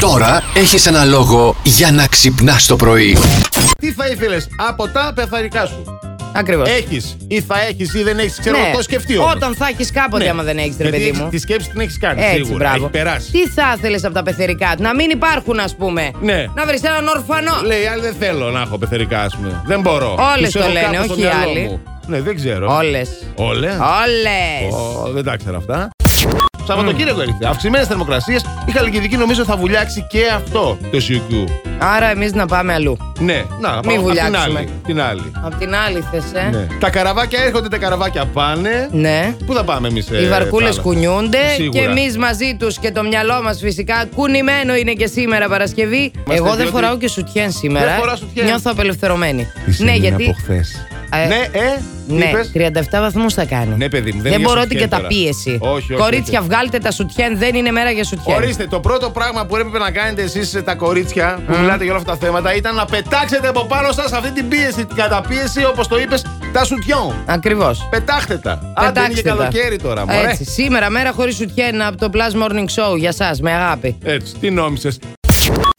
Τώρα έχεις ένα λόγο για να ξυπνάς το πρωί. Τι θα ήθελες από τα πεθαρικά σου. Ακριβώς. Έχεις ή θα έχεις ή δεν έχεις, Ε, ξέρω εγώ, το σκεφτεί όμως. Ναι. Όταν θα έχεις κάποτε, Ναι. άμα δεν έχεις, ρε Γιατί παιδί μου. Τη σκέψη την έχεις κάνει. Έτσι, σίγουρα. μπράβο. Έχει περάσει. Τι θα ήθελες από τα πεθερικά, να μην υπάρχουν, ας πούμε. Ναι. Να βρεις έναν ορφανό. Λέει, άλλοι δεν θέλω να έχω πεθερικά, ας πούμε. Δεν μπορώ. Όλες Τους το έχω λένε, κάπου στο όχι οι μυαλό άλλοι. μου. Ναι, δεν ξέρω. Όλες. Όλες. Όλες. Ω, δεν τα ήξερα αυτά. Σαββατοκύριακο έρχεται. Αυξημένες θερμοκρασίες. Η Χαλκιδική νομίζω θα βουλιάξει και αυτό το Σιουκιού. Άρα εμείς να πάμε αλλού. Ναι, να πάμε απ' την βουλιάξουμε. άλλη. Την άλλη. Απ' την άλλη θες, ε. Ναι. Τα καραβάκια έρχονται, τα καραβάκια πάνε. Ναι. Πού θα πάμε εμείς, Οι βαρκούλες κουνιούνται Ε, Σίγουρα. και εμείς μαζί τους και το μυαλό μας φυσικά κουνημένο είναι και σήμερα Παρασκευή. Είμαστε Εγώ δεν διότι- φοράω και σουτιέν σήμερα. Δεν φοράς σουτιέν. Νιώθω απελευθερωμένη. χθε. Ναι, Ε, ναι, ε, τι Ναι, είπες? 37 βαθμούς θα κάνει. Ναι, παιδί μου, δεν είναι μπορώ την σουτιέν τώρα. καταπίεση. Όχι, όχι, Κορίτσια, όχι. βγάλτε τα σουτιέν, δεν είναι μέρα για σουτιέν. Ορίστε, το πρώτο πράγμα που έπρεπε να κάνετε εσείς τα κορίτσια που μιλάτε για όλα αυτά τα θέματα ήταν να πετάξετε από πάνω σας αυτή την πίεση, την καταπίεση, όπως το είπες, τα σουτιόν. Ακριβώς. Πετάχτε τα. Άντε είναι και καλοκαίρι τώρα, μωρέ. Έτσι, σήμερα μέρα χωρίς σουτιέν από το Plus Morning Show για σας με αγάπη. Έτσι, τι νόμισες.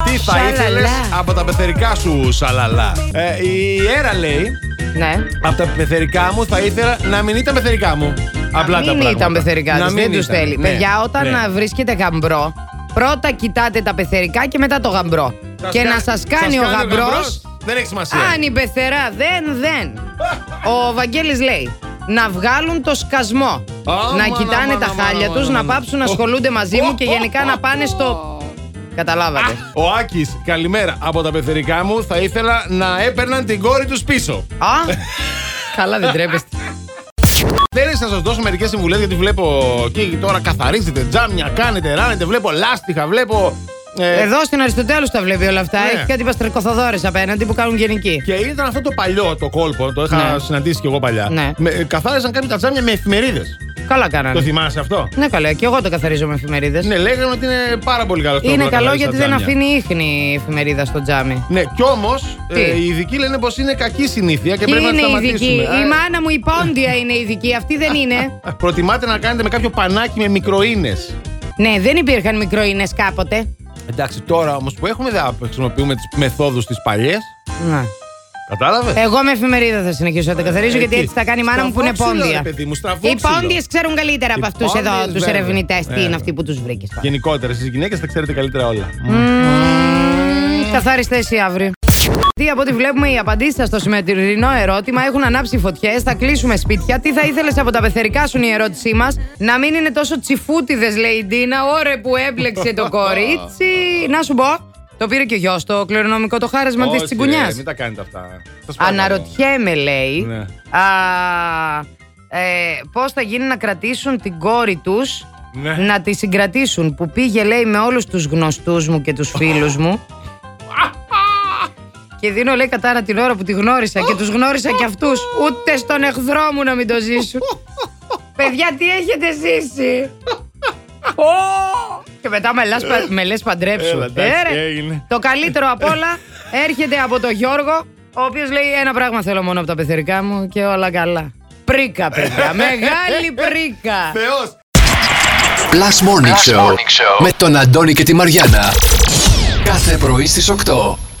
Τι θα Σαλαλά. ήθελες από τα πεθερικά σου, σαλαλά. Ε, η Έρα λέει, Ναι. από τα πεθερικά μου θα ήθελα να μην ήταν πεθερικά μου. Απλά τα μην πράγματα. ήταν πεθερικά Να τους, μην δεν τους ήταν. θέλει. Ναι, Παιδιά, όταν ναι. α, βρίσκεται γαμπρό, πρώτα κοιτάτε τα πεθερικά και μετά το γαμπρό. Σας και κα- να σας κάνει ο γαμπρό. Δεν έχει σημασία. Αν η πεθερά δεν, δεν. Ο Βαγγέλης λέει να βγάλουν το σκασμό. Άμα, να κοιτάνε άμα, τα άμα, χάλια άμα, τους, άμα, να άμα. πάψουν να ασχολούνται μαζί μου και γενικά να πάνε στο. Καταλάβατε. Ο Άκης, καλημέρα. Από τα πεθερικά μου θα ήθελα να έπαιρναν την κόρη τους πίσω. Α! Καλά, δεν τρέπεστε. Θέλει να σας δώσω μερικές συμβουλές γιατί βλέπω εκεί τώρα καθαρίζετε τζάμια, κάνετε, ράνετε. Βλέπω λάστιχα, βλέπω. ε, Εδώ στην Αριστοτέλους τα βλέπει όλα αυτά. Ναι. Έχει κάτι παστρικοθοδόρες απέναντι που κάνουν γενική. Και ήταν αυτό το παλιό το κόλπο, το είχα Ναι. συναντήσει κι εγώ παλιά. Ναι. Με, ε, καθάριζαν κάποιοι τα τζάμια με εφημερίδες. Καλά Το κάνανε. θυμάσαι αυτό. Ναι, καλά. Και εγώ το καθαρίζω με εφημερίδες. Ναι, λέγανε ότι είναι πάρα πολύ καλό αυτό Είναι που καλό καθαρίζεις γιατί τα δεν τζάμια. αφήνει ίχνη η εφημερίδα στο τζάμι. Ναι, κι όμως Τι? οι ειδικοί λένε πως είναι κακή συνήθεια και Και πρέπει να είναι σταματήσουμε. Ε. ειδική. Α, Η μάνα μου η πόντια είναι ειδική. Αυτή δεν είναι. Προτιμάτε να κάνετε με κάποιο πανάκι με μικροίνες. Ναι, δεν υπήρχαν μικροϊνές κάποτε. Εντάξει, τώρα όμως που έχουμε, δεν χρησιμοποιούμε τις μεθόδους τις παλιές. Ναι. Κατάλαβες. Εγώ με εφημερίδα θα συνεχίσω να τα καθαρίζω γιατί έτσι θα κάνει η μάνα μου που είναι Ε, Στραβόξυλο, πόντια. ρε παιδί μου, στραβόξυλο. Οι πόντιες ξέρουν καλύτερα από Οι αυτούς εδώ, πόντιες, τους βέβαια. ερευνητές. Ε. Τι είναι αυτοί που τους βρήκες. Γενικότερα, εσείς γυναίκες τα ξέρετε καλύτερα όλα. Καθάριστε εσύ αύριο. Τι από ό,τι βλέπουμε, οι απαντήσεις σας στο σημερινό ερώτημα έχουν ανάψει φωτιές. Θα κλείσουμε σπίτια. Τι θα ήθελες από τα πεθερικά σου είναι η ερώτησή μας. Να μην είναι τόσο τσιφούτιδες, λέει η Ντίνα. Ωρε που έμπλεξε το κορίτσι. Να σου πω, το πήρε και ο γιος το κληρονομικό το χάρισμα της Όχι, τσιγκουνιάς. ρε, Μην τα κάνετε αυτά. Σας παρακαλώ. Αναρωτιέμαι, λέει, Ναι. α, ε, πώς θα γίνει να κρατήσουν την κόρη τους, Ναι. να τη συγκρατήσουν, που πήγε, λέει, με όλους τους γνωστούς μου και τους φίλους μου. και δίνω, λέει, κατάρα την ώρα που τη γνώρισα και τους γνώρισα και αυτούς, ούτε στον εχθρό μου να μην το ζήσουν. Παιδιά, τι έχετε ζήσει! Ω! Και μετά με, λας, πα- με λες παντρέψου. Έλα, εντάξει, Ε, ρε. έγινε. Το καλύτερο απ' όλα έρχεται από τον Γιώργο, ο οποίος λέει ένα πράγμα θέλω μόνο από τα πεθερικά μου και όλα καλά. Πρίκα, παιδιά. Μεγάλη πρίκα. Θεός. Plus Morning, Show, με τον Αντώνη και τη Μαριάνα. Κάθε πρωί στις 8.